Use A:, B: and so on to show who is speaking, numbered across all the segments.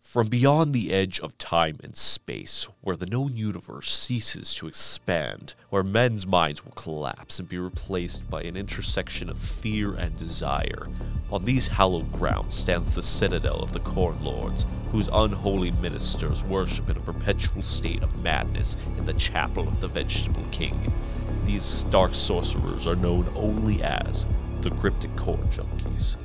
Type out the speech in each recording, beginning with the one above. A: From beyond the edge of time and space, where the known universe ceases to expand, where men's minds will collapse and be replaced by an intersection of fear and desire, on these hallowed grounds stands the citadel of the Corn Lords, whose unholy ministers worship in a perpetual state of madness in the chapel of the Vegetable King. These dark sorcerers are known only as the Cryptic Corn Junkies.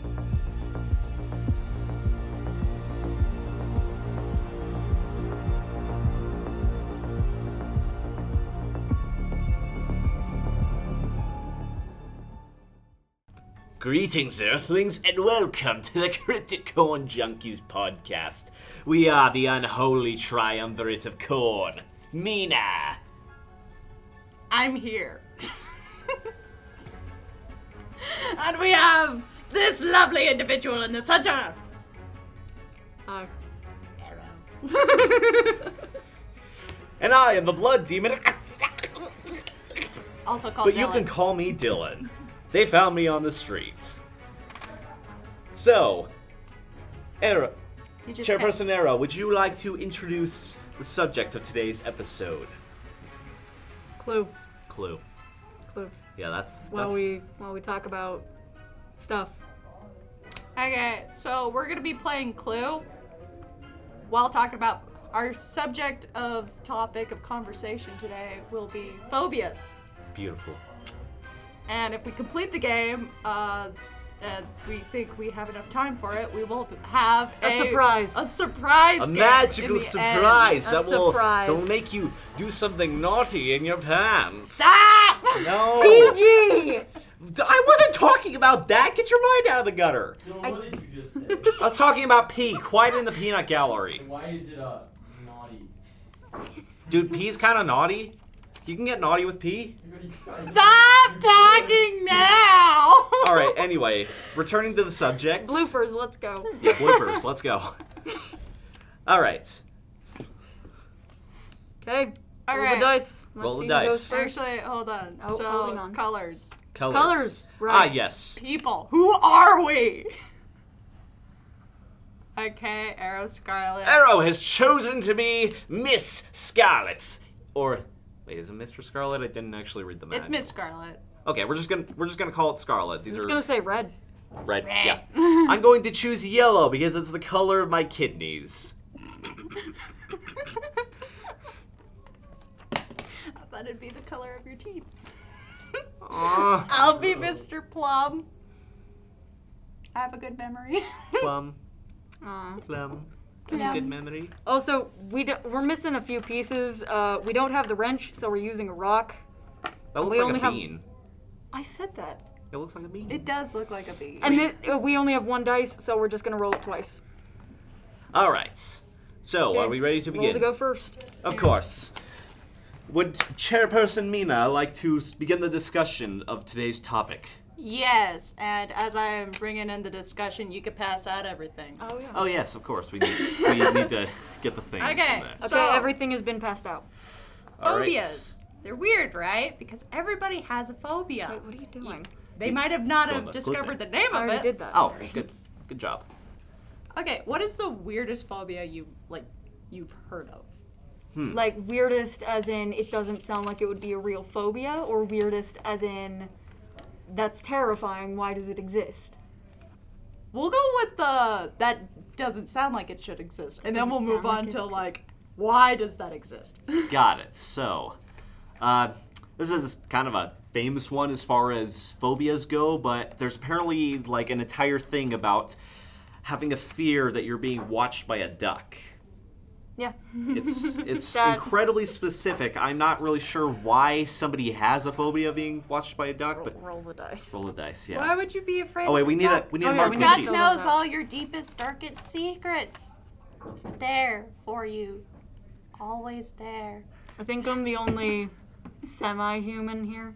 B: Greetings, Earthlings, and welcome to the Cryptic Corn Junkies podcast. We are the unholy triumvirate of corn. Mina!
C: I'm here. and we have this lovely individual in the center. Our arrow.
B: And I am the Blood Demon,
C: also called
B: but you can call me Dylan. They found me on the street. So, Era, Chairperson Era, would you like to introduce the subject of today's episode?
D: Clue,
B: Clue.
D: clue.
B: Yeah, that's.
D: While
B: that's-
D: we while we talk about stuff.
C: Okay, so we're gonna be playing Clue while talking about our subject of topic of conversation today will be phobias.
B: Beautiful.
C: And if we complete the game, uh, and we think we have enough time for it, we will have
D: A
C: a,
D: surprise.
C: a surprise,
B: A
C: game in
B: magical
C: the
B: surprise
D: A
B: that will
D: surprise.
B: that'll make you do something naughty in your pants.
C: End. Ah!
B: No.
D: PG.
B: D- I wasn't talking about that. Get your mind out of the gutter.
E: Well, what did you just say?
B: I was talking about pee. Quiet in the peanut gallery.
E: Why is it uh, naughty?
B: Dude, pee's kind of naughty. You can get naughty with pee.
C: Stop talking now!
B: All right. Anyway, returning to the subject.
D: Bloopers. Let's go.
B: Yeah, bloopers. Let's go. All right.
D: Okay.
C: All
D: roll
C: right.
D: the dice. Let's
B: Roll the
D: see who goes
B: dice.
D: first.
C: Actually, hold on.
D: Oh, holding
C: so,
D: on.
C: colors.
B: Colors.
D: Colors.
B: Ah,
D: Right.
B: yes.
C: People. Who are we? Okay, Arrow Scarlet.
B: Arrow has chosen to be Miss Scarlet, or wait, is it Mr. Scarlet? I didn't actually read the manual.
C: It's Miss Scarlet.
B: Okay, we're just gonna we're just gonna call it Scarlet. These
D: It's
B: are
D: gonna say red.
B: red. Yeah. I'm going to choose yellow because it's the color of my kidneys.
C: I thought it'd be the color of your teeth.
B: Aw,
C: I'll be Mr. Plum. I have a good memory.
B: plum,
D: Aw.
B: plum. That's
C: Plum.
B: a good memory.
D: Also, we do, we're missing a few pieces. Uh, we don't have the wrench, so we're using a rock.
B: That looks
D: We
B: like
D: only
B: a
D: have-
B: bean.
D: I said that.
B: It looks like a bean.
C: it does look like a bee.
D: And thi- uh, we only have one dice, so we're just gonna roll it twice.
B: All right. So, are we ready to
D: Roll
B: begin?
D: to go first.
B: Of course. Would Chairperson Mina like to s- begin the discussion of today's topic?
C: Yes, and as I'm bringing in the discussion, you can pass out everything.
D: Oh yeah.
B: Oh yes, of course. We need, we need to get the thing.
C: Okay.
B: from there.
D: Okay.
C: So-
D: everything has been passed out.
B: All right.
C: Phobias. They're weird, right? Because everybody has a phobia.
D: Wait, what are you doing?
C: They might have not
B: Still
C: have
B: not
C: discovered
B: good
C: the name
D: I
C: of
D: already
C: it.
D: did that.
B: Oh, good. Good job.
C: Okay, what is the weirdest phobia you like you've heard of?
D: Like weirdest as in it doesn't sound like it would be a real phobia, or weirdest as in that's terrifying, why does it exist?
C: We'll go with the that doesn't sound like it should exist, and then we'll
D: Doesn't
C: move
D: sound
C: on
D: like it
C: to
D: exists.
C: like why does that exist?
B: Got it. So, uh, this is kind of a famous one as far as phobias go, but there's apparently like an entire thing about having a fear that you're being watched by a duck.
D: Yeah.
B: It's it's
D: That-
B: incredibly specific. I'm not really sure why somebody has a phobia of being watched by a duck, but
D: Roll the dice.
B: roll the dice. Yeah.
C: Why would you be afraid?
B: oh wait,
C: of
B: we need a
C: duck?
B: we need a
D: Oh, yeah,
B: mark
D: we
B: for
D: need to
F: Duck
D: Sheet.
B: sheets.
D: know-
F: knows all your deepest, darkest secrets. It's there for you. Always there.
D: I think I'm the only semi human here.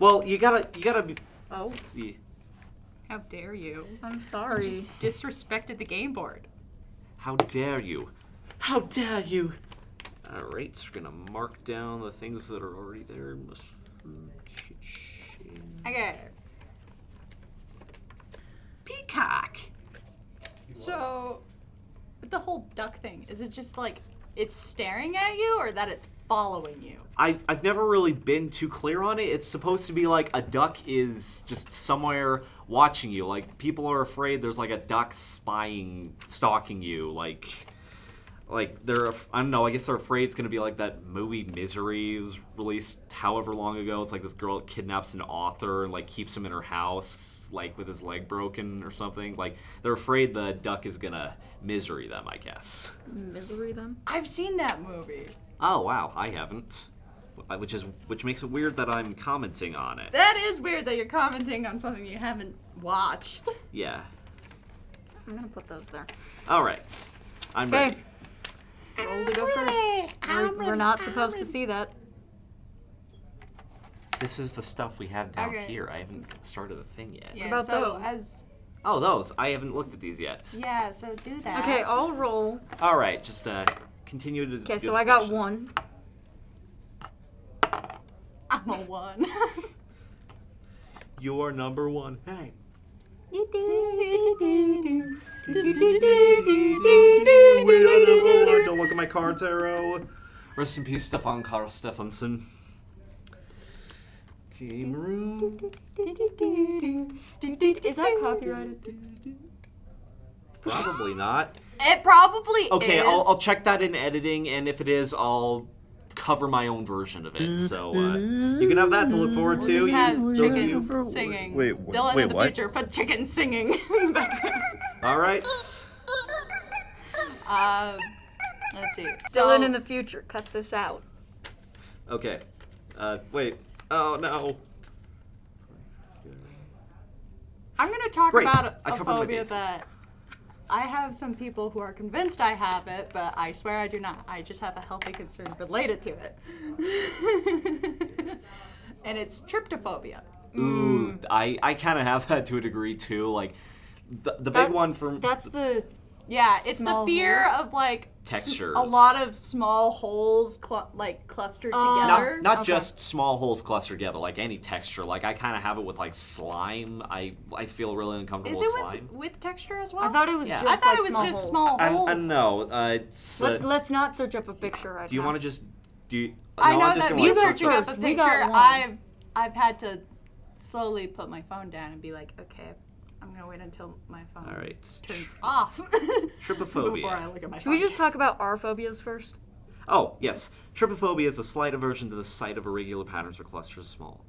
B: Well, you gotta you gotta be.
C: Oh,
B: be-
C: how dare you?
D: I'm sorry.
C: Disrespected the game board.
B: How dare you? How dare you? Alright, so we're gonna mark down the things that are already there. hmm, Mushroom kitchen.
C: Okay,
B: Peacock!
C: so But the whole duck thing, is it just like it's staring at you or that it's following you?
B: I've, I've never really been too clear on it. It's supposed to be like a duck is just somewhere watching you. Like people are afraid there's like a duck spying, stalking you. Like, like they're af- I don't know. I guess they're afraid it's gonna be like that movie Misery it was released however long ago. It's like this girl kidnaps an author and like keeps him in her house, like with his leg broken or something. Like they're afraid the duck is gonna misery them. I guess.
G: Misery them.
C: I've seen that movie.
B: Oh wow, I haven't. Uh, Which is which makes it weird that I'm commenting on it.
C: That is weird that you're commenting on something you haven't watched.
B: Yeah.
G: I'm gonna put those there.
B: All right. I'm
D: Okay.
B: ready.
D: Roll to go first.
F: Really?
D: We're,
F: I'm
D: we're
F: really-
D: not supposed
F: I'm
D: to see that.
B: This is the stuff we have down
C: Okay.
B: here. I haven't started the thing yet.
C: Yeah,
D: about
C: so
D: those?
C: as
B: Oh, those. I haven't looked at these yet.
F: Yeah, so do that.
G: Okay, I'll roll.
B: All right, just uh, continue to.
D: Okay,
B: the
D: so I got
B: discussion.
D: one.
C: I'm a one.
B: You are number one. Hey. We are number one. Don't look at my card, Tarot. Rest in peace, Stefan Carl Stefansson. Game room.
D: Is that copyrighted?
B: Probably not.
C: it probably
B: Okay,
C: is.
B: I'll, I'll check that in editing, and if it is, I'll cover my own version of it. So uh, you can have that to look forward
C: We'll
B: to.
C: just
B: You-
C: have
B: those of you-
C: chickens singing.
A: Wait, wh-
C: Dylan
A: wait,
C: in the
A: what?
C: future, put chickens singing.
B: All right.
C: um, let's see.
D: Dylan
C: So-
D: in the future, cut this out.
B: Okay. Uh, wait. Oh no.
C: I'm going to talk
B: Great.
C: about a,
B: I
C: a
B: covered my
C: phobia
B: bases.
C: that I have some people who are convinced I have it, but I swear I do not. I just have a healthy concern related to it. and it's tryptophobia.
B: Ooh, I I kind of have that to a degree too. Like the, the
D: That-
B: big one from
D: That's the
C: Yeah, it's
D: Small
C: the fear of like s-
B: Textures.
C: a lot of small holes cl- like clustered
D: Uh,
C: together.
B: not, not
D: Okay.
B: just small holes clustered together, like any texture. Like I kind of have it with like slime. I I feel really uncomfortable
F: Is
B: with
F: it
B: slime.
F: with, with texture as well?
D: I thought it was
B: Yeah.
D: just
F: I thought
D: like
F: it was
D: small
F: just
D: holes.
F: small
B: I,
F: holes.
B: I know. Uh, it's, uh,
D: Let, let's not search up a picture right
B: do you
D: now.
B: want to just do? You,
C: I
B: no,
C: know
B: I'm just
C: that
B: gonna let
C: me
D: you
B: search
C: searching up a
D: first.
C: picture,
D: We got one.
C: I've I've had to slowly put my phone down and be like, okay, I'm gonna wait until my phone
B: All right.
C: turns off before I
B: Trypophobia.
C: look at my
D: Should
C: phone.
D: we just talk about our phobias first?
B: Oh, yes. Trypophobia is a slight aversion to the sight of irregular patterns or clusters of small.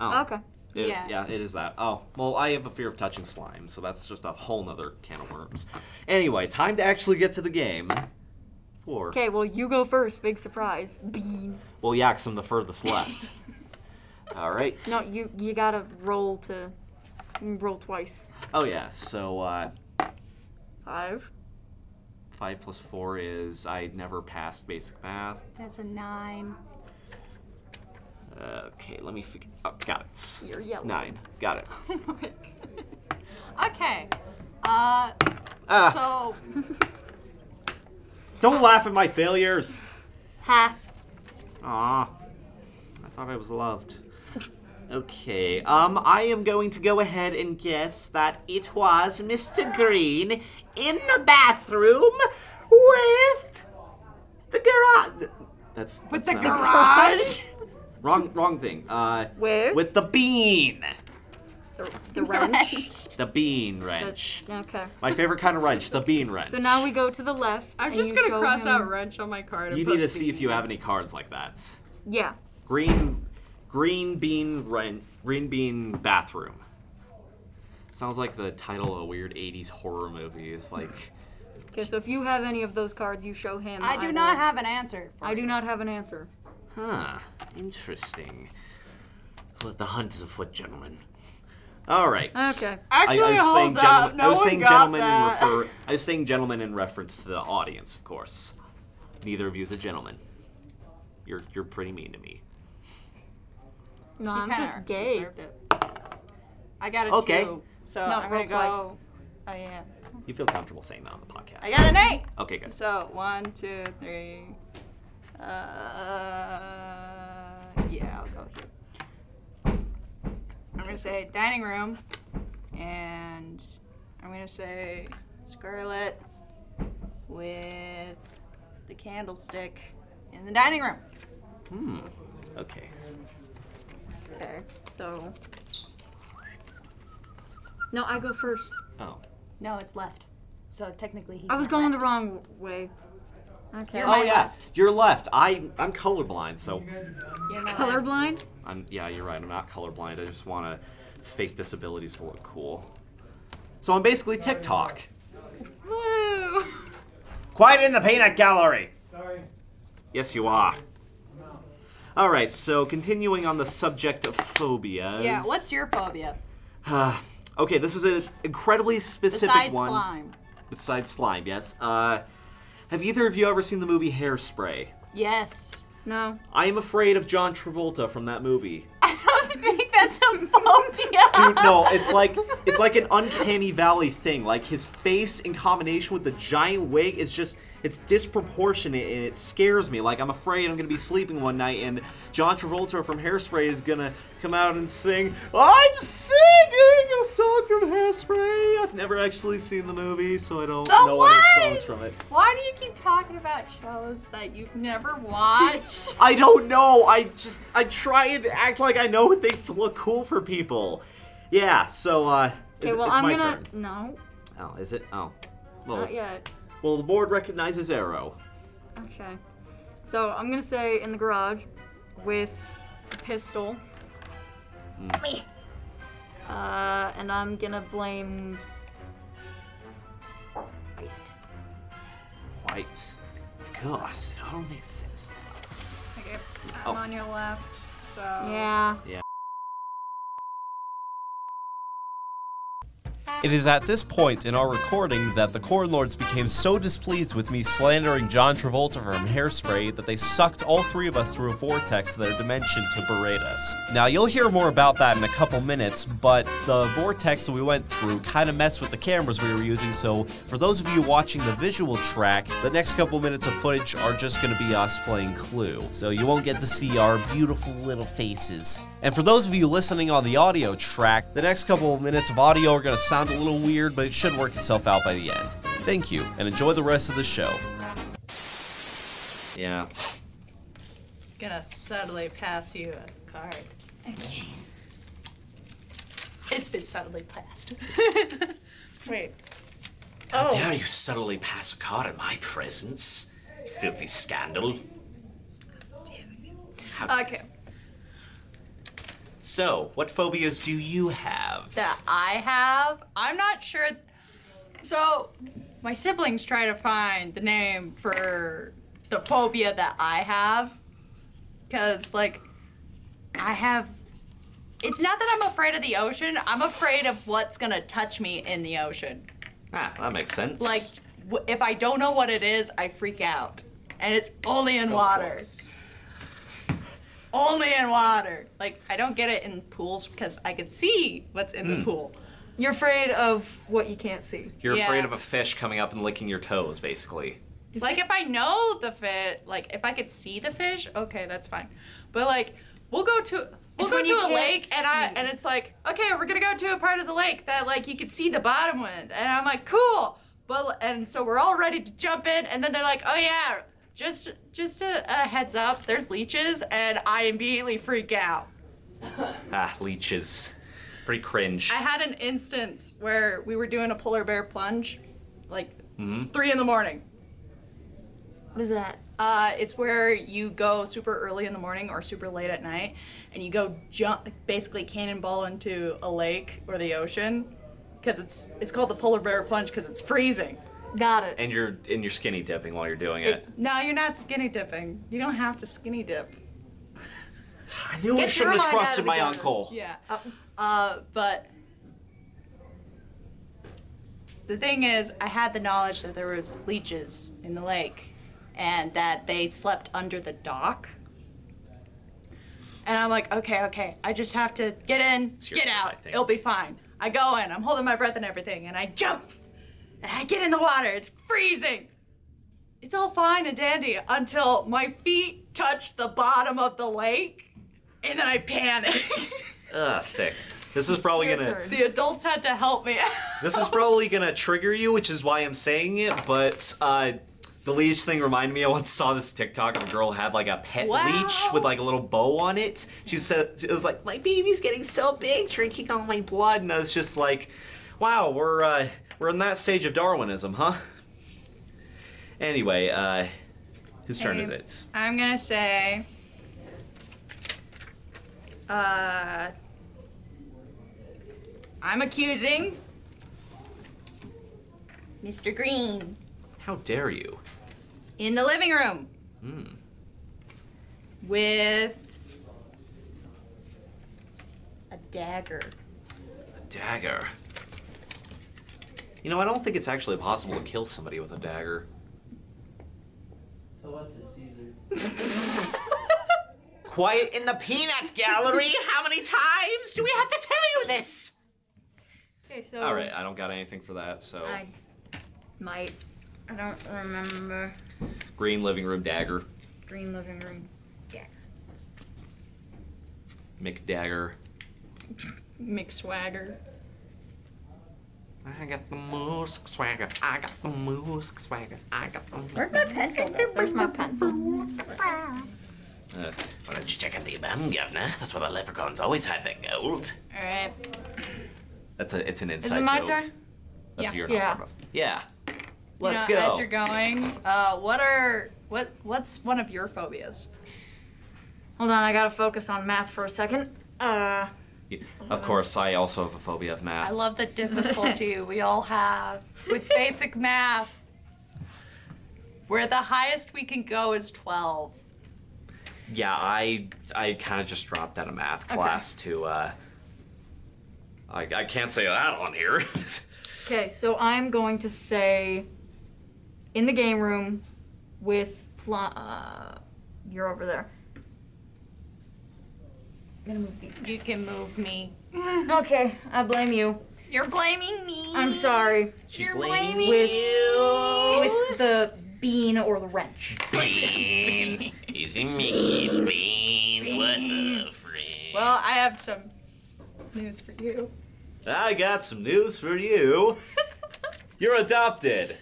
B: Oh.
D: Okay.
B: It-
C: Yeah.
B: Yeah, it is that. Oh, well, I have a fear of touching slime, so that's just a whole nother can of worms. Anyway, time to actually get to the game. Four.
D: Okay, well you go first. Big surprise. Bean.
B: Well, yaks, I'm the furthest left. All right.
D: No, you you gotta roll to roll twice.
B: Oh, yeah, so uh,
D: Five.
B: five plus four is I never passed basic math.
F: That's a nine.
B: Uh, okay, let me figure. Oh, got it.
D: You're yellow.
B: Nine. Got it.
C: Oh okay. Uh,
B: Ah,
C: so
B: don't laugh at my failures.
D: Ha.
B: Aw. I thought I was loved. Okay, um, I am going to go ahead and guess that it was Mr. Green in the bathroom with the garage. That's, that's
C: with the
B: not-
C: garage,
B: Wrong, wrong thing. Uh,
D: With,
B: with the bean.
D: the, the wrench.
B: The bean wrench.
D: okay.
B: My favorite kind of wrench, the bean wrench.
D: So now we go to the left.
C: I'm
D: and
C: just
D: you
C: gonna
D: show
C: cross
D: him-
C: out wrench on my card. And
B: You
C: put
B: need to see
C: bean.
B: if you have any cards like that.
D: Yeah.
B: Green, green bean rent, green bean bathroom. Sounds like the title of a weird '80s horror movie. It's like,
D: Okay, so if you have any of those cards, you show him.
F: I do
D: will-
F: not have an answer. For
D: I do not have an answer.
B: huh, interesting. Well, The hunt is afoot, gentlemen. All right.
D: Okay.
C: Actually,
B: I, I was saying
C: hold up.
B: gentlemen-
C: No
B: I was
C: one
B: saying
C: got
B: gentlemen
C: that.
B: in refer. I was saying gentlemen in reference to the audience, of course. Neither of you is a gentleman. You're you're pretty mean to me.
D: No,
C: You
D: I'm
C: kinda
D: just gay.
C: deserved it. I got a
B: Okay.
C: two, so
D: No,
C: I'm gonna
D: roll twice.
C: go. Oh yeah,
B: You feel comfortable saying that on the podcast?
C: I got an eight.
B: okay, good.
C: So one, two, three. Uh, yeah, I'll go here. I'm gonna say dining room, and I'm gonna say Scarlet
F: with the candlestick in the dining room.
B: Hmm. Okay.
G: Okay, so. No, I go first.
B: Oh.
F: No, it's left. So technically he's
D: I was
F: not
D: going the
F: left.
D: wrong way.
G: Okay.
B: oh yeah. You're left. I I'm colorblind, so
F: You're not left.
D: Colorblind?
B: I'm yeah. You're right. I'm not colorblind. I just want to fake disabilities to look cool. So I'm basically TikTok.
C: Woo!
B: Quiet in the peanut gallery.
E: Sorry.
B: Yes, you are. All right. So continuing on the subject of phobias.
C: Yeah, what's your phobia?
B: okay, this is an incredibly specific
C: Besides
B: one.
C: slime.
B: Besides slime, yes. Uh, have either of you ever seen the movie Hairspray?
C: Yes.
D: No.
B: I am afraid of John Travolta from that movie.
C: I don't think that's a phobia.
B: Dude, no, it's like it's like an uncanny valley thing. Like his face in combination with the giant wig is just it's disproportionate and it scares me. Like I'm afraid I'm gonna be sleeping one night and John Travolta from Hairspray is gonna come out and sing, I'm singing a song from Hairspray. I've never actually seen the movie, so I don't
C: Oh,
B: know
C: what?
B: any songs from it.
C: Why do you keep talking about shows that you've never watched?
B: I don't know. I just I try and act like I know things to look cool for people. Yeah, so uh is-
D: Okay, well,
B: it's
D: I'm
B: my
D: gonna.
B: turn.
D: No,
B: Oh, is it? Oh. Well,
D: not yet.
B: well, the board recognizes Arrow.
D: Okay. So I'm gonna say in the garage with a pistol.
B: Hmm.
D: Uh, and I'm gonna blame. Right.
B: White. Of course, it all makes sense.
C: okay, I'm
B: Oh.
C: on your left, so.
D: Yeah.
A: It is at this point in our recording that the Corn Lords became so displeased with me slandering John Travolta from Hairspray that they sucked all three of us through a vortex to their dimension to berate us. Now, you'll hear more about that in a couple minutes, but the vortex that we went through kind of messed with the cameras we were using, so for those of you watching the visual track, the next couple minutes of footage are just going to be us playing Clue, so you won't get to see our beautiful little faces. And for those of you listening on the audio track, the next couple of minutes of audio are going to sound a little weird, but it should work itself out by the end. Thank you, and enjoy the rest of the show.
B: Yeah.
F: Gonna subtly pass you a card. Okay. It's been subtly passed. Wait.
B: How dare you subtly pass a card in my presence? Filthy scandal.
C: Okay.
B: So, what phobias do you have?
C: That I have, I'm not sure. So, my siblings try to find the name for the phobia that I have. Because, like, I have. It's not that I'm afraid of the ocean, I'm afraid of what's gonna touch me in the ocean.
B: Ah, that makes sense.
C: Like, w- if I don't know what it is, I freak out. And it's only in
B: So
C: water.
B: close.
C: Only in water. Like, I don't get it in pools because I can see what's in
B: Hmm.
C: the pool.
D: You're afraid of what you can't see.
B: You're
C: Yeah.
B: afraid of a fish coming up and licking your toes, basically.
C: Like, if I know the fish, like, if I could see the fish, okay, that's fine. But, like, we'll go to. We'll
D: It's when you
C: go to a
D: can't
C: lake and I
D: see.
C: and it's like, okay, we're gonna go to a part of the lake that like you can see the bottom with, and I'm like, cool. Well, and so we're all ready to jump in, and then they're like, oh yeah, just just a, a heads up, there's leeches, and I immediately freak out.
B: Ah, leeches. Pretty cringe.
C: I had an instance where we were doing a polar bear plunge, like three in the morning.
D: What is that?
C: Uh, it's where you go super early in the morning or super late at night, and you go jump, basically cannonball into a lake or the ocean, because it's it's called the polar bear plunge because it's freezing.
D: Got it.
B: and you're and you're skinny dipping while you're doing it.
C: No, you're not skinny dipping. You don't have to skinny dip.
B: I knew I
D: Get your
B: shouldn't have
D: mind out of
B: trusted
D: the
B: my
D: gutter.
B: uncle.
C: Yeah.
D: Oh,
C: Uh, but the thing is, I had the knowledge that there was leeches in the lake, and that they slept under the dock. And I'm like, okay, okay, I just have to get in,
B: your
C: get
B: turn, I
C: out.
B: think.
C: It'll be fine. I go in. I'm holding my breath and everything, and I jump, and I get in the water. It's freezing. It's all fine and dandy until my feet touch the bottom of the lake, and then I panic.
B: Ugh, Ah, sick. This is probably
D: Your
B: gonna
D: turn.
C: The adults had to help me.
B: this is probably gonna trigger you, which is why I'm saying it. But uh, the leech thing reminded me. I once saw this TikTok of a girl had like a pet
C: Wow.
B: leech with like a little bow on it. She said it was like my baby's getting so big, drinking all my blood, and I was just like, wow, we're uh, we're in that stage of Darwinism, huh? Anyway, uh, whose turn is
C: Hey.
B: it?
C: I'm gonna say. Uh, I'm accusing Mr. Green
B: How dare you?
C: in the living room
B: Hmm.
C: with a dagger.
B: Dagger. You know, I don't think it's actually possible to kill somebody with a dagger.
E: So what the Caesar?
B: Quiet in the peanut gallery. How many times do we have to tell you this?
G: Okay, so
B: All right, I don't got anything for that. So
G: I might. I don't remember.
B: green living room dagger,
G: Green living room.
B: McDagger.
C: McSwagger.
B: I got the music swagger. I got the music swagger. I got the.
G: Where'd my pencil go? There's my pencil.
B: Uh, why don't you check out the abandon, Governor? That's where the leprechauns always hide their gold.
C: All right.
B: That's a. It's an
C: Is
B: inside
C: it my
B: joke.
C: turn?
B: That's
C: Yeah.
B: your
D: Yeah.
B: number. Yeah. Let's
C: you know,
B: go.
C: As you're going, uh, what are what what's one of your phobias?
G: Hold on, I gotta focus on math for a second. Uh,
B: Yeah, Of course, I also have a phobia of
C: Uh-huh. I
B: math.
C: love the difficulty we all have with basic math. Where the highest we can go is 12.
B: Yeah, I I kind of just dropped out of math class to. uh I, I can't say that on here.
D: Okay, so I'm going to say in the game room with pl- uh, you're over there.
C: You can move me.
D: Okay, I blame you.
C: You're blaming me.
D: I'm sorry.
B: She's
C: You're
B: blaming
D: With-
B: you.
D: With the bean or the wrench.
B: Bean. Easy meat, beans. What the freak?
C: Well, I have some news for you.
B: I got some news for you. You're adopted.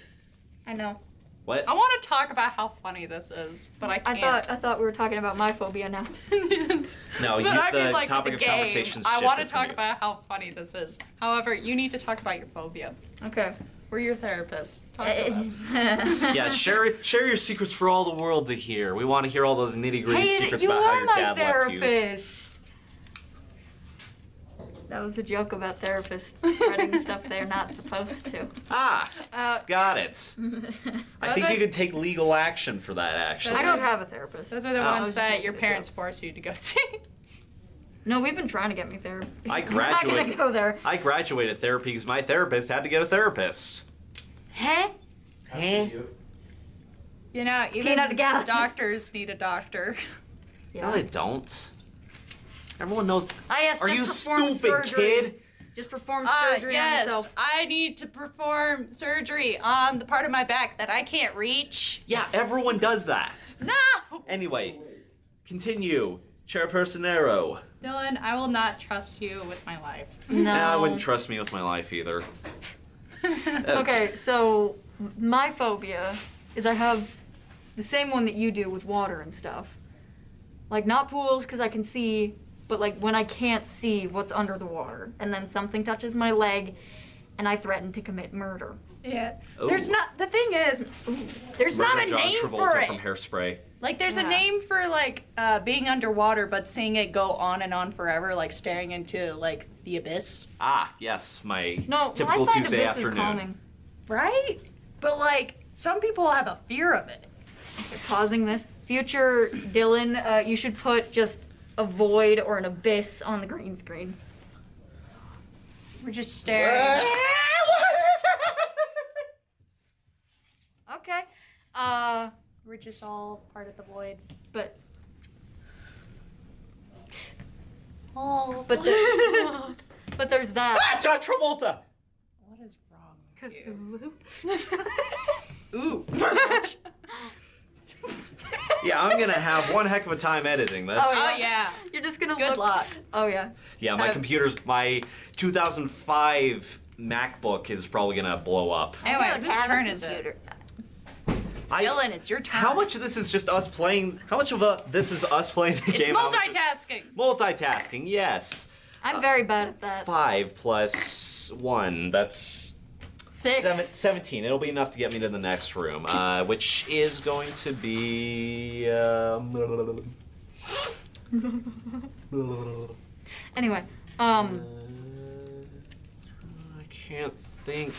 D: I know.
B: What?
C: I want to talk about how funny this is, but I
D: I
C: can't.
D: thought I thought we were talking about my phobia now.
B: No,
C: But
B: you,
C: I
B: the
C: mean, like,
B: topic
C: the
B: of
C: game.
B: conversation's
C: I want to
B: shifted from
C: talk
B: you.
C: about how funny this is. However, you need to talk about your phobia.
D: Okay.
C: We're your therapist. Talk to us.
G: yeah,
B: Yeah, share share your secrets for all the world to hear. We want to hear all those nitty gritty secrets
D: you
B: about how
D: are
B: your
D: my
B: dad left you.
D: therapist. That was a joke about therapists spreading stuff they're not supposed to.
B: Ah,
C: Uh,
B: got it. I
C: Those
B: think
C: are-
B: you could take legal action for that. Actually,
D: I don't have a therapist.
C: Those are the
B: Oh.
C: ones that your parents force you to go see.
D: No, we've been trying to get me therapy.
B: I
D: I'm not
B: graduated.
D: gonna go there.
B: I graduated therapy because my therapist had to get a therapist.
D: Huh?
B: Eh?
E: After you.
C: You know, even
D: Peanut gallery.
C: doctors need a doctor.
B: No, they don't. Everyone knows.
D: I yes,
B: Are
D: just
B: you
D: perform
B: stupid,
D: surgery.
B: kid?
D: Just perform
C: Ah,
D: surgery on
C: yes,
D: yourself.
C: I need to perform surgery on the part of my back that I can't reach.
B: Yeah, everyone does that.
C: No!
B: Anyway, continue, Chairperson Arrow.
C: Dylan, I will not trust you with my life.
D: No.
B: Nah, I wouldn't trust me with my life either. Uh,
D: Okay, so my phobia is I have the same one that you do with water and stuff. Like not pools because I can see, but like when I can't see what's under the water, and then something touches my leg, and I threaten to commit murder.
C: yeah.
B: Ooh.
C: There's not, the thing is, there's
B: Murder
C: not a
B: John
C: name
B: Travolta
C: for it.
B: from Hairspray.
C: Like, there's
D: Yeah.
C: a name for, like, uh, being underwater, but seeing it go on and on forever, like staring into, like, the abyss.
B: Ah, yes, my
D: No,
B: typical
D: well, I find
B: Tuesday
D: abyss
B: afternoon.
D: is calming.
C: Right? But, like, some people have a fear of it.
D: Pausing this, future Dylan, uh, you should put just a void or an abyss on the green screen.
C: We're just staring.
D: Okay. Uh,
C: We're just all part of the void.
D: but
C: Oh,
D: but the, but there's that.
B: Ah, John Travolta.
C: what is wrong with you?
D: Cthulhu.
C: Ooh.
B: Yeah, I'm gonna have one heck of a time editing this.
C: Oh yeah.
D: You're just gonna
C: Good
D: look.
C: luck.
D: Oh yeah.
B: Yeah, my
D: Uh,
B: computer's my 2005 MacBook is probably gonna blow up.
C: Anyway,
F: don't
C: whose
F: have a
C: turn is it?
F: computer.
B: I-
C: Dylan, it's your turn.
B: how much of this is just us playing? How much of a this is us playing the
C: It's
B: game? How much-
C: multitasking.
B: multitasking. Yes,
D: I'm very bad at that.
B: five plus one. That's
D: Six.
B: Seven, 17. It'll be enough to get me to the next room, uh, which is going to be. Um,
D: Anyway, um,
B: I can't think.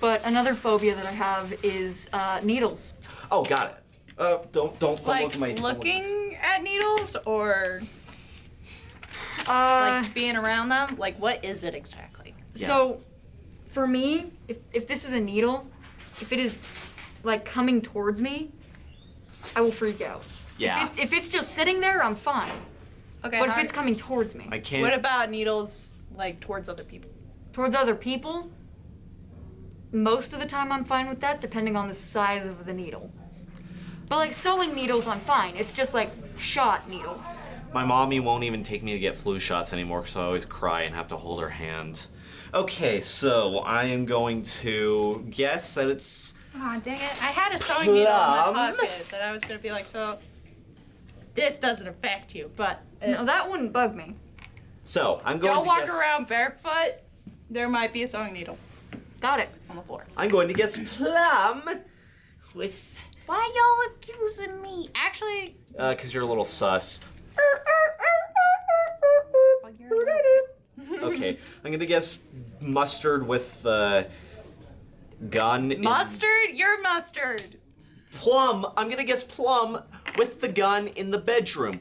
D: but another phobia that I have is uh, needles.
B: Oh, got it. Uh, don't don't, don't look
C: Like
B: at my don't look at my-
C: looking at needles or
D: Uh,
C: like being around them? Like what is it exactly?
B: Yeah.
D: So, for me, if, if this is a needle, if it is like coming towards me, I will freak out.
B: Yeah,
D: If, it, if it's just sitting there, I'm fine.
C: Okay.
D: but if
C: how-
D: it's coming towards me,
B: I can't.
C: what about needles like towards other people?
D: towards other people, most of the time I'm fine with that, depending on the size of the needle. But like sewing needles, I'm fine. It's just like shot needles.
B: My mommy won't even take me to get flu shots anymore because I always cry and have to hold her hand. Okay, so I am going to guess that it's.
C: Aw, dang it. I had a sewing needle in my
B: Plum.
C: pocket that I was going to be like, so this doesn't affect you, but uh,
D: No, that wouldn't bug me.
B: So I'm going
C: don't
B: to
C: walk
B: guess.
C: around barefoot. There might be a sewing needle
D: Got it.
C: on the floor.
B: I'm going to guess plum with.
F: Why y'all accusing me? Actually,
B: Because uh, you're a little sus.
F: well, you're a little-
B: Okay, I'm going to guess mustard with the gun. in-
C: Mustard? You're mustard.
B: plum. I'm going to guess plum with the gun in the bedroom.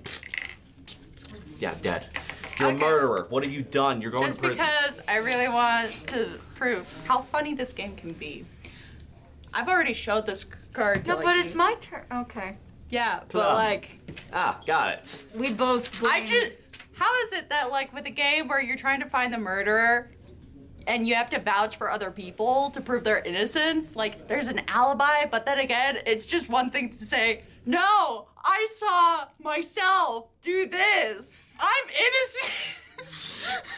B: Yeah, dead. You're a
C: Okay.
B: murderer. What have you done? You're going
C: Just
B: to prison.
C: because I really want to prove how funny this game can be. I've already showed this card to
D: No,
C: like,
D: but
C: you-
D: it's my turn. Okay.
C: Yeah, but
B: Plum.
C: like
B: Ah, got it.
D: We both.
C: I
D: blame-
C: just how is it that like with a game where you're trying to find the murderer and you have to vouch for other people to prove their innocence, like there's an alibi, but then again, it's just one thing to say, "No, I saw myself do this. I'm innocent."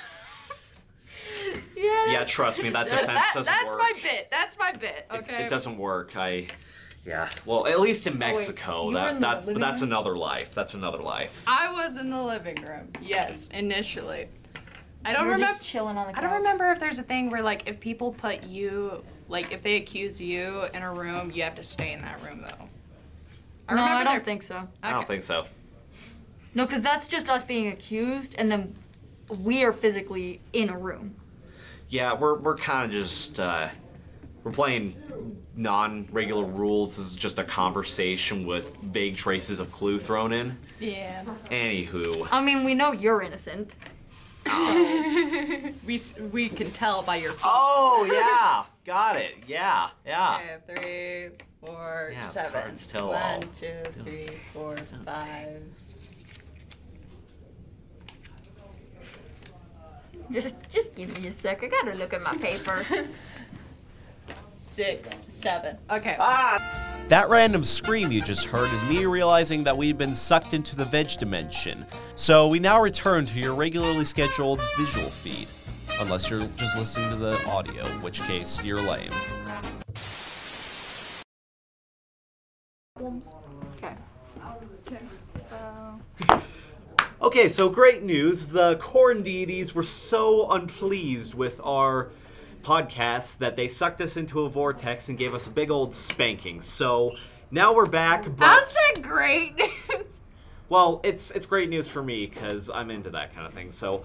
D: Yeah.
B: Yeah, trust me, that defense
C: That-
B: doesn't
C: that's
B: work.
C: my bit. That's my bit.
B: It-
C: Okay.
B: It, doesn't work. I. Yeah. Well, at least in Mexico,
D: Oh, you were
B: that
D: in the
B: that's but
D: living
B: that's
D: room?
B: another life. That's another life.
C: I was in the living room. Yes, initially. I don't
D: We're
C: remember
D: just chilling on the
C: I
D: couch.
C: don't remember if there's a thing where like if people put you like if they accuse you in a room, you have to stay in that room though.
D: no, I don't
C: there-
D: think so.
B: I
C: okay.
B: don't think so.
D: No, because that's just us being accused, and then we are physically in a room.
B: Yeah, we're we're kind of just uh, we're playing non-regular rules. This is just a conversation with vague traces of clue thrown in.
C: Yeah.
B: Anywho,
D: I mean, we know you're innocent.
C: We s- we can tell by your feet.
B: oh yeah, got it. Yeah, yeah.
C: Okay, three, four,
B: Yeah,
C: seven.
B: cards tell all.
C: One, two, three, four, five.
D: Just, just give me a sec. I gotta look at my paper.
C: Six, seven. Okay.
B: Ah.
H: That random scream you just heard is me realizing that we've been sucked into the veg dimension. So we now return to your regularly scheduled visual feed. Unless you're just listening to the audio, in which case you're lame.
D: okay.
F: So,
B: Okay, so great news. The corn deities were so unpleased with our podcast that they sucked us into a vortex and gave us a big old spanking. So now we're back, but
C: How's that great news?
B: well, it's it's great news for me cuz I'm into that kind of thing. So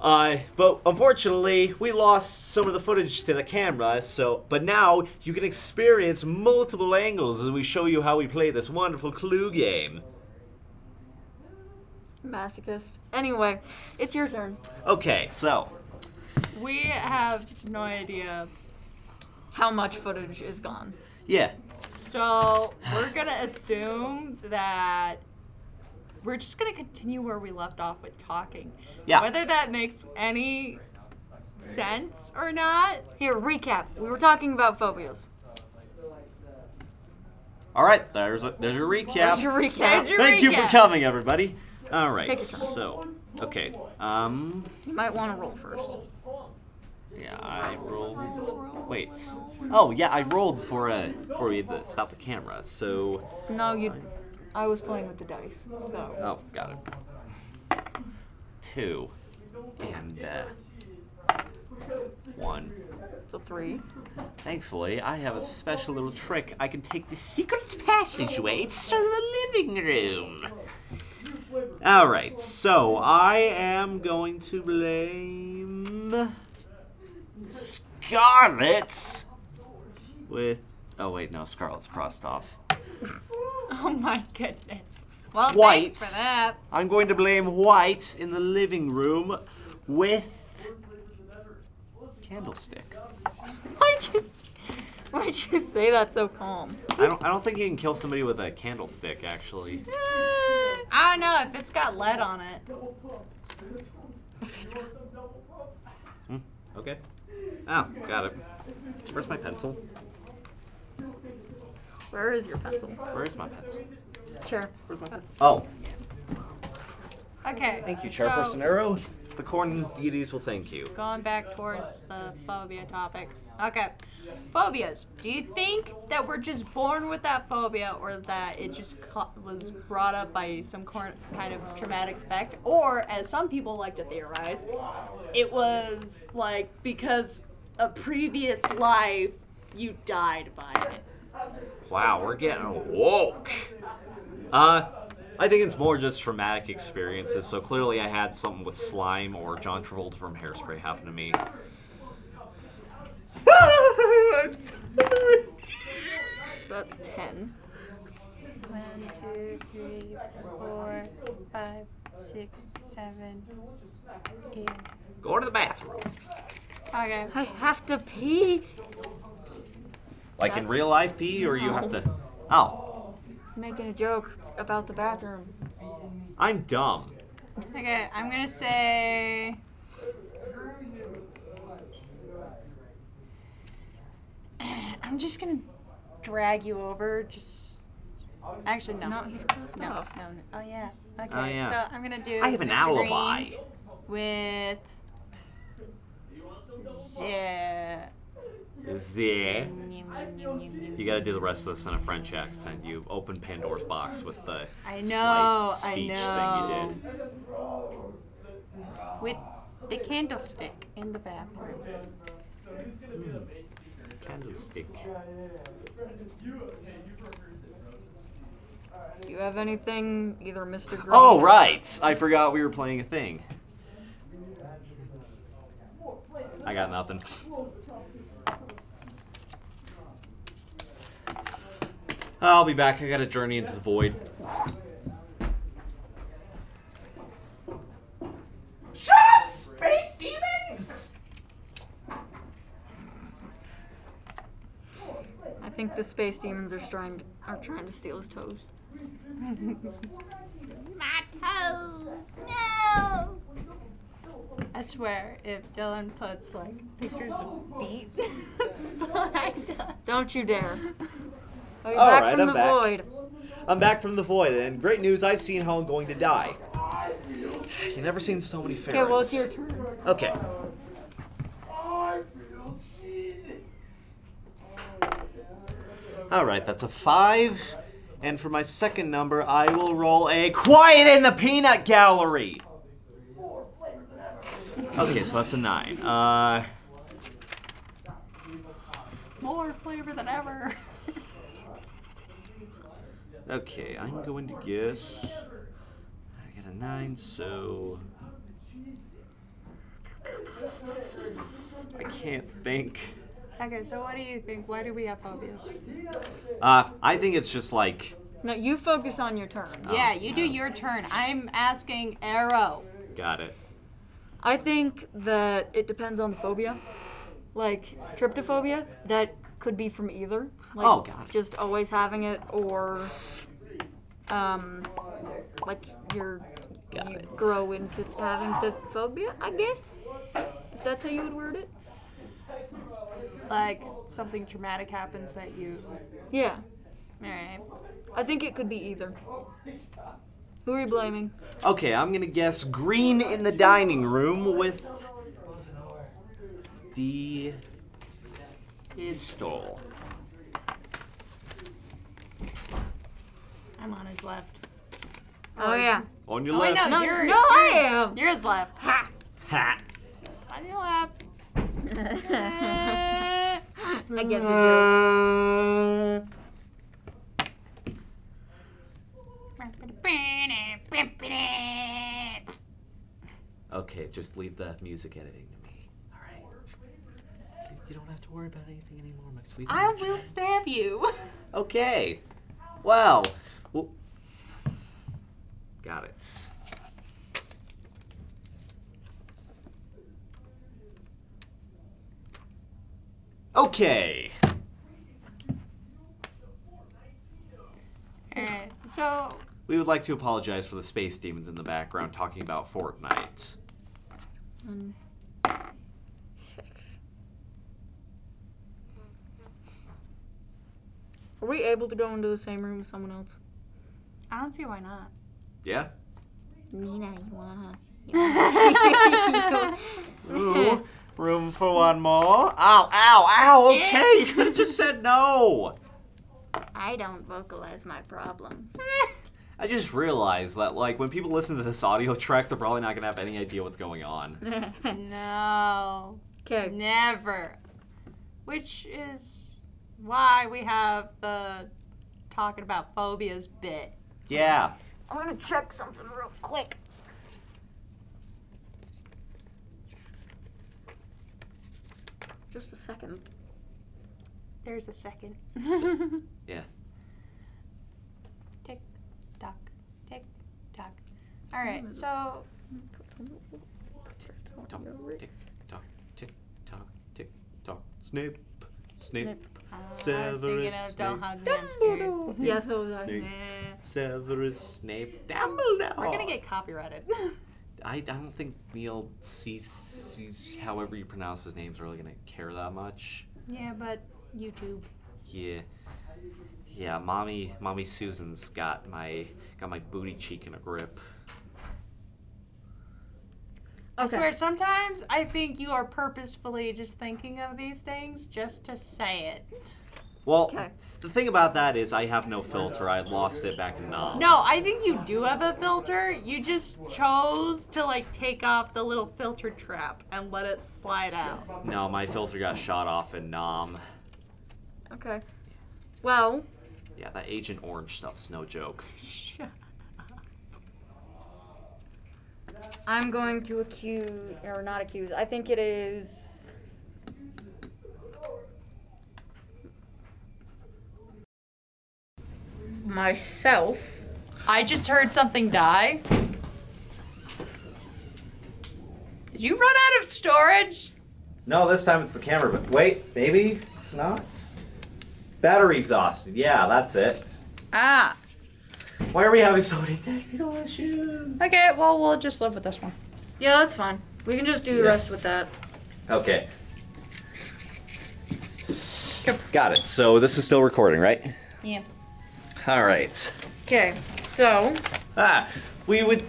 B: uh, but unfortunately, we lost some of the footage to the camera. So, but now you can experience multiple angles as we show you how we play this wonderful clue game.
D: Masochist. Anyway, it's your turn.
B: Okay, so
C: We have no idea.
D: How much footage is gone?
B: yeah,
C: So we're gonna assume that we're just gonna continue where we left off with talking.
B: Yeah.
C: Whether that makes any sense or not.
D: Here, recap. We were talking about phobias.
B: All right, there's a, there's your recap.
D: Eureka.
C: There's your
B: Thank you for
C: recap.
B: coming, everybody. All right,
D: Take your turn.
B: so okay, um,
G: You might want to roll first.
B: yeah, I rolled. Wait, oh yeah, I rolled for uh before we had to stop the camera. So
D: No, you. I was playing with the dice, so.
B: oh, got it. Two, and uh, one.
D: It's a three.
B: Thankfully, I have a special little trick. I can take the secret passageway to the living room. Alright, so I am going to blame. Scarlet! With. Oh, wait, no, Scarlet's crossed off.
C: Oh my goodness. Well,
B: White.
C: thanks for that.
B: I'm going to blame White in the living room with. Candlestick.
D: Why'd you, why'd you say that so calm?
B: I don't, I don't think you can kill somebody with a candlestick, actually.
C: I don't know if it's got lead on it.
B: Okay. Oh, got it. Where's my pencil?
D: Where is your pencil?
B: Where is my pencil?
D: Sure.
B: Where's my pencil? Oh,
C: Okay.
B: thank you,
C: so,
B: Chairperson Arrow. The corn deities will thank you.
C: Going back towards the phobia topic. Okay. Phobias. Do you think that we're just born with that phobia or that it just ca- was brought up by some cor- kind of traumatic effect? Or, as some people like to theorize, it was like because a previous life you died by it.
B: Wow, we're getting woke. Uh, I think it's more just traumatic experiences. So clearly, I had something with slime or John Travolta from Hairspray happen to me.
D: So that's ten.
F: One, two, three, four, five, six, seven, eight.
B: Go to the bathroom.
C: Okay.
D: I have to pee.
B: Like in real life, pee, or you have to. Oh,
D: Making a joke about the bathroom.
B: I'm dumb.
C: Okay, I'm gonna say. I'm just gonna drag you over. Just actually no.
D: No, he's crossed
C: no,
D: off.
C: no, no. Oh yeah. Okay.
B: yeah.
C: So I'm gonna do.
B: I have an
C: Mr.
B: alibi.
C: Green with. Yeah.
B: Yeah. You gotta do the rest of this in a French accent. You opened Pandora's box with the
C: I
B: slight
C: know. I
B: speech
C: know.
B: thing you did.
F: With the candlestick in the bathroom.
B: Candlestick.
D: Do you have anything, either Mr. Green?
B: Oh right! I forgot we were playing a thing. I got nothing. I'll be back. I got a journey into the void. Shut up, space demons!
D: I think the space demons are trying are trying to steal his toes.
F: My toes! No!
C: I swear, if Dylan puts like pictures of feet behind us.
D: Don't you dare! Oh, you're
B: All
D: back
B: right,
D: from
B: I'm
D: the
B: back.
D: void.
B: I'm back from the void, and great news, I've seen how I'm going to die. You've never seen so many ferrets.
D: Okay, well it's your turn.
B: Okay.
E: "Oh,
B: Alright, that's a five. And for my second number, I will roll a Quiet in the Peanut Gallery! Okay, so that's a nine. Uh,
C: More flavor than ever.
B: okay, I'm going to guess. I got a nine, so. I can't think.
C: Okay, so what do you think? Why do we have phobias?
B: Uh, I think it's just like
D: No, you focus on your
B: Oh,
D: turn.
C: yeah, you do your turn. I'm asking Arrow.
B: Got it.
D: I think that it depends on the phobia, like tryptophobia. That could be from either. Like,
B: Oh, got it.
D: Just always having it, or um, like you're
B: Got
D: you
B: it.
D: grow into having the phobia. I guess if that's how you would word it.
C: Like something traumatic happens that you
D: Yeah.
F: All right.
D: I think it could be either. Who are you blaming?
B: Okay, I'm gonna guess green in the dining room with the pistol.
F: I'm on his left.
D: Oh yeah.
B: On your
F: Oh, wait,
B: left.
F: no,
D: No,
F: you're,
D: no, I
F: you're his-
D: am.
F: You're his left. Ha!
B: Ha.
F: On your left. Eh.
D: I get the joke.
B: Okay, just leave the music editing to me. All right. You- You don't have to worry about anything anymore, my sweet.
F: I
B: angel.
F: will stab you.
B: Okay. Well. well got it. Okay.
F: Alright, so
B: We would like to apologize for the space demons in the background talking about Fortnite.
D: Are we able to go into the same room with someone else?
F: I don't see why not.
B: Yeah?
D: Nina, you wanna?
B: Ooh, room for one more. Ow, ow, ow, okay, you could have just said no.
D: I don't vocalize my problems.
B: I just realized that, like, when people listen to this audio track, they're probably not gonna have any idea what's going on.
F: no.
D: Okay.
F: Never. Which is why we have the talking about phobias bit.
B: Yeah.
D: I'm gonna check something real quick. Just a second.
F: There's a second.
B: Yeah.
F: Tick tock. Tick tock. Alright, so
B: Tick tock, tick tock, tick tock, tick tock. Snip, snip,
F: Ah, I was thinking
B: Severus
F: of
B: Snape.
F: Don't Hug Me, I'm Scared.
D: Yeah, so was I.
B: Snake.
F: Eh,
B: Severus Snape, Dumbledore.
F: We're gonna get copyrighted.
B: I, I don't think Neil sees, sees however you pronounce his name's really gonna care that much.
F: yeah, but YouTube.
B: Yeah, yeah. Mommy, mommy Susan's got my got my booty cheek in a grip.
F: I
D: Okay.
F: swear, sometimes I think you are purposefully just thinking of these things just to say it.
B: Well,
D: Okay.
B: the thing about that is I have no filter. I lost it back in
C: Oh.
B: Nam.
F: No, I think you do have a filter. You just chose to like take off the little filter trap and let it slide out.
B: No, my filter got shot off in Nam.
D: Okay. Well,
B: Yeah, that Agent Orange stuff's no joke.
D: I'm going to accuse, or not accuse, I think it is. Myself.
C: I just heard something die. Did you run out of storage?
B: No, this time it's the camera. But wait, maybe it's not. Battery exhausted. Yeah, that's it.
C: Ah.
B: Why are we having so many technical issues?
C: Okay, well, we'll just live with this one.
D: Yeah, that's fine. We can just do the
B: Yeah.
D: rest with that.
B: Okay. Got it. So this is still recording, right?
C: Yeah.
B: All right.
D: Okay, so.
B: Ah, we would.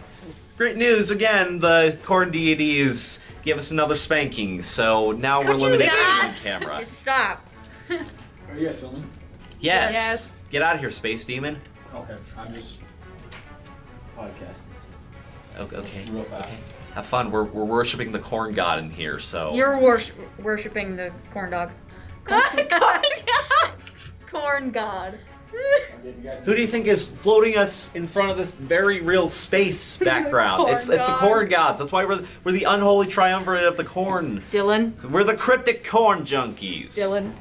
B: Great news again. The corn deities give us another spanking, so now we're limited to one camera.
D: Just stop.
I: Are you guys filming?
B: Yes.
C: Yes.
B: Get out of here, space demon.
I: Okay, I'm just podcasting
B: O- Okay.
I: real fast.
B: Have fun. We're, we're worshiping the corn god in here, so.
D: You're wors- worshipping the corn dog. corn god.
I: Did you guys
B: Who do you think is floating us in front of this very real space background?
D: Corn
B: it's it's the
D: god.
B: corn gods. That's why we're we're the unholy triumvirate of the corn.
D: Dylan.
B: We're the cryptic corn junkies.
D: Dylan,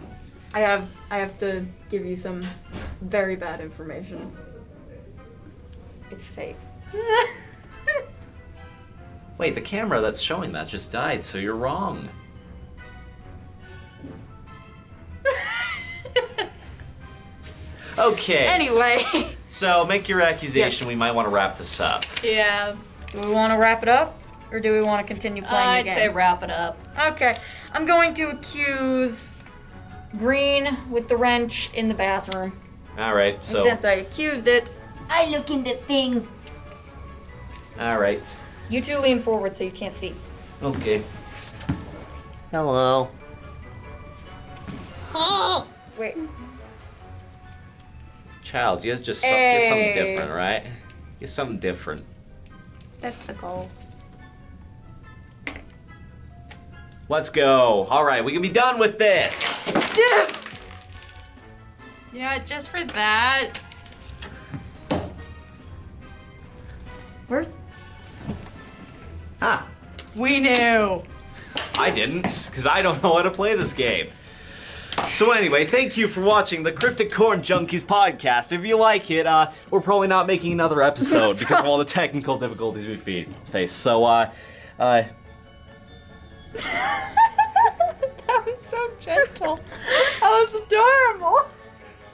D: I have I have to give you some very bad information. It's fake.
B: Wait, the camera that's showing that just died, so you're wrong. okay.
D: Anyway,
B: So make your accusation.
D: Yes.
B: We might want to wrap this up.
C: Yeah.
D: do we want to wrap it up, or do we want to continue playing
C: I'd
D: again?
C: say wrap it up.
D: Okay, I'm going to accuse Green with the wrench in the bathroom.
B: All right.
D: And
B: So.
D: since I accused it,
G: I look in the thing.
B: All right.
D: you two lean forward so you can't see.
B: Okay. Hello.
D: Wait.
B: Child, you're just some, you're something
D: Hey.
B: different, right? You're something different.
F: That's the goal.
B: Let's go. All right, we can be done with this.
F: Yeah, just for that.
D: Where?
B: Huh.
F: We knew.
B: I didn't, because I don't know how to play this game. So anyway, thank you for watching the Cryptic Corn Junkies podcast. If you like it, uh, we're probably not making another episode because of all the technical difficulties we fe- face. So, uh, uh,
F: That was so gentle. That was adorable.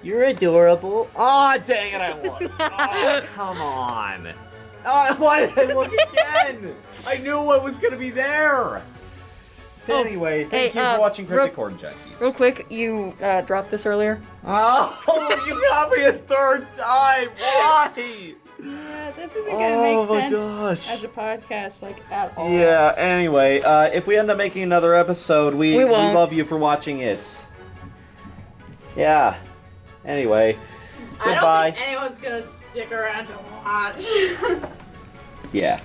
B: you're adorable. Aw, dang it, I won. Aw, come on. Oh, why did I look again? I knew what was gonna be there. Anyway, thank
D: Oh, hey,
B: you for
D: uh,
B: watching
D: real-
B: Cryptic Corn Junkies.
D: Real quick, you uh, dropped this earlier.
B: Oh, you got me a third time. Why?
F: Yeah, this isn't
B: gonna make Oh my sense gosh. as
F: as
B: a
F: a podcast, like at all.
B: Yeah, anyway, uh, if we end up making another episode, we,
D: We
B: we
D: won't.
B: love you for watching it. Yeah. Anyway,
C: I don't
B: goodbye.
C: think anyone's gonna stick around to watch.
B: Yeah.